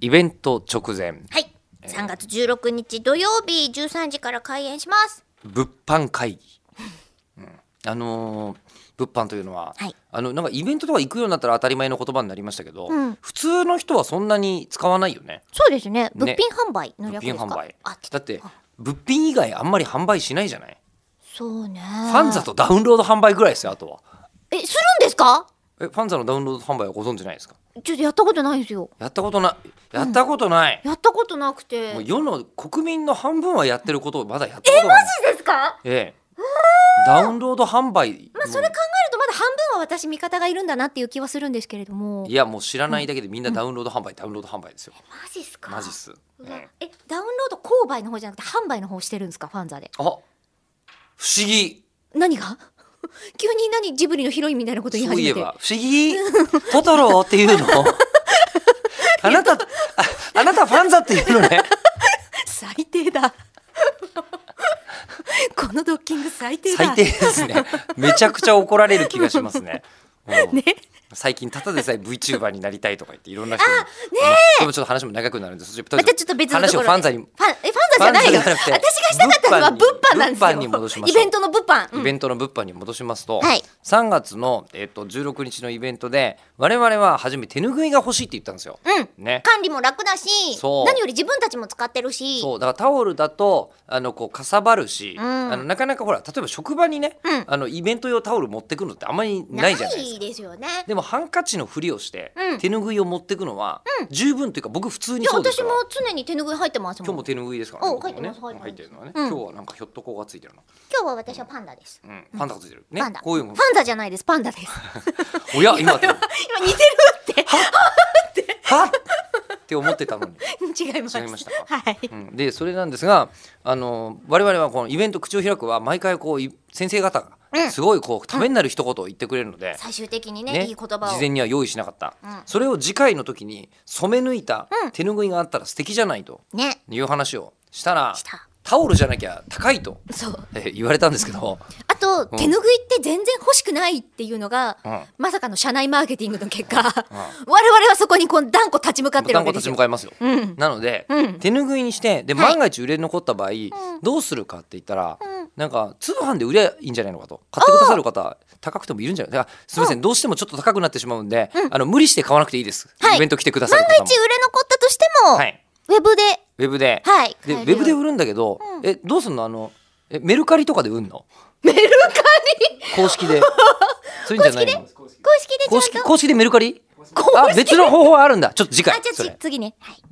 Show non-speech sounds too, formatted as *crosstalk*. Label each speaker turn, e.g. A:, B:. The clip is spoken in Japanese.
A: イベント直前
B: はい3月16日土曜日13時から開演します
A: 物販会議、うんあのー物販というのは、
B: はい
A: あのなんかイベントとか行くようになったら当たり前の言葉になりましたけど、
B: うん
A: 普通の人はそんなに使わないよね
B: そうですね物
A: ね
B: 品販売の
A: 物
B: 略で
A: 品
B: すか、
A: 販売
B: あちょ
A: だ
B: と
A: って物品以外あんまり販売しないじゃない
B: そうね
A: ファンザとダウンロード販売ぐらいですよあとは
B: えするんですか
A: えファンザのダウンロード販売はご存知ないですか
B: ちょっとやったことないんですよ
A: やったことないやったことない、
B: やったことなくて
A: も
B: マ
A: う
B: ジ
A: 世の国民の半分はやってることをまだやったことない
B: ですか
A: ええダウンロード販売
B: まあそれ考えるとまだ半分は私味方がいるんだなっていう気はするんですけれども
A: いやもう知らないだけでみんなダウンロード販売、ダウンロード販売ですよ
B: マジっすか
A: マジっす、
B: うわ
A: ええ
B: えダウンロード購買の方じゃなくて販売の方してるんですかファンザで
A: あ不思議
B: 何が *laughs* 急に何ジブリのヒロインみたいなこと言い
A: そう
B: 始
A: い
B: め
A: え
B: て
A: ば不思議トトロって
B: *laughs*
A: いうのあなたああなたファンザって
B: *laughs*
A: いうのね
B: 最低だ *laughs* このドッキング最低だ
A: 最低ですねめちゃくちゃ怒られる気がします
B: *laughs*
A: ね、うん
B: ね
A: 最近ただでさえ VTuber になりたいとか言っていろんな人にでもちょっと話も長くなるんでそっちと
B: ま
A: りあえ
B: た
A: ず
B: ちょっと別のと
A: 話
B: こ
A: を
B: ろ
A: ファンザに
B: ファンえファンザじゃないよ
A: ファンザ
B: 私
A: じゃな
B: が
A: くて
B: したかったのは物販なんですよ
A: 物販に戻しましょ
B: イ
A: う
B: ベントの物販、うん
A: イベントの物販に戻しますと、
B: はい
A: 3月の、えっと16日のイベントで我々は初め手ぬぐいが欲しいって言ったんですよ。
B: うん
A: ね、
B: 管理も楽だし
A: そう
B: 何より自分たちも使ってるし
A: そうだからタオルだとあのこうかさばるし、
B: うん
A: あのなかなかほら例えば職場にね、
B: うん
A: あのイベント用タオル持ってくのってあんまりないじゃないですか。
B: ですよね
A: でもハンカチのふりをして、
B: うん
A: 手ぬぐいを持ってくのは、十分というか僕普通
B: い
A: に
B: や
A: そうで
B: 私
A: すか
B: も
A: ら
B: 常に手ぬぐい入ってますもん
A: 今日も手ぬぐいですからね
B: お
A: 僕もね
B: 入ってます
A: 入
B: 入
A: っ
B: ってて
A: る
B: ます
A: のはね、
B: うん
A: 今日はなんかひょっとこがついてるな、
B: 今日は私はパンダです
A: うん、パンダがついてる、ね
B: パンダ
A: こういうの
B: パンダじゃないですパンダ
A: *laughs*
B: です
A: おや今
B: *laughs* 今似てるって
A: はっって思ってたのに、
B: 違います
A: 違いましたか
B: はい、
A: うん、でそれなんですがあの我々はこのイベント口を開くは毎回こうい先生方
B: う
A: が
B: ん
A: すごいこうためになる一言を言ってくれるので、
B: 最終的にねいい言葉を
A: 事前には用意しなかった、
B: うん
A: それを次回の時に染め抜いた
B: うん
A: 手ぬぐいがあったら素敵じゃないと
B: ね
A: いう話をしたら
B: した
A: タオルじゃなきゃ高いと、
B: そう
A: えー言われたんですけど、
B: あと、
A: うん
B: 手ぬぐいって全然欲しくないっていうのが、
A: うん
B: まさかの社内マーケティングの結果、我々はそこにこう断固立ち向かってるわ
A: 断固
B: けで
A: 立
B: す
A: ち向
B: よ。
A: かいますよ。
B: うん、
A: なので、
B: うん
A: 手ぬぐいにしてで
B: はい
A: 万が一売れ残った場合、どうするかって言ったら、
B: うん
A: なんか通販で売ればいいんじゃないのかと買ってくださる方高くてもいるんじゃないあすみませんどうしてもちょっと高くなってしまうんで、あの無理して買わなくていいです、
B: はい
A: イベント来てくださ
B: 万
A: る
B: が
A: 方も
B: 一売れ残ったとしても、
A: はい、
B: ウェブで、
A: ウェブで,、
B: はい、
A: でウ
B: 買える
A: ェ
B: よ
A: ブで売るんだけど、えどうすんのあのえメルカリとかで売んのメルカリ公式でそういうんじゃないの
B: *laughs* 公式で
A: 公
B: ち
A: 式
B: ゃんと。
A: 公式でメルカリ
B: 公式
A: あ別の方法あるんだちょっと次回
B: あ、じゃあ
A: それ
B: 次次ね。はい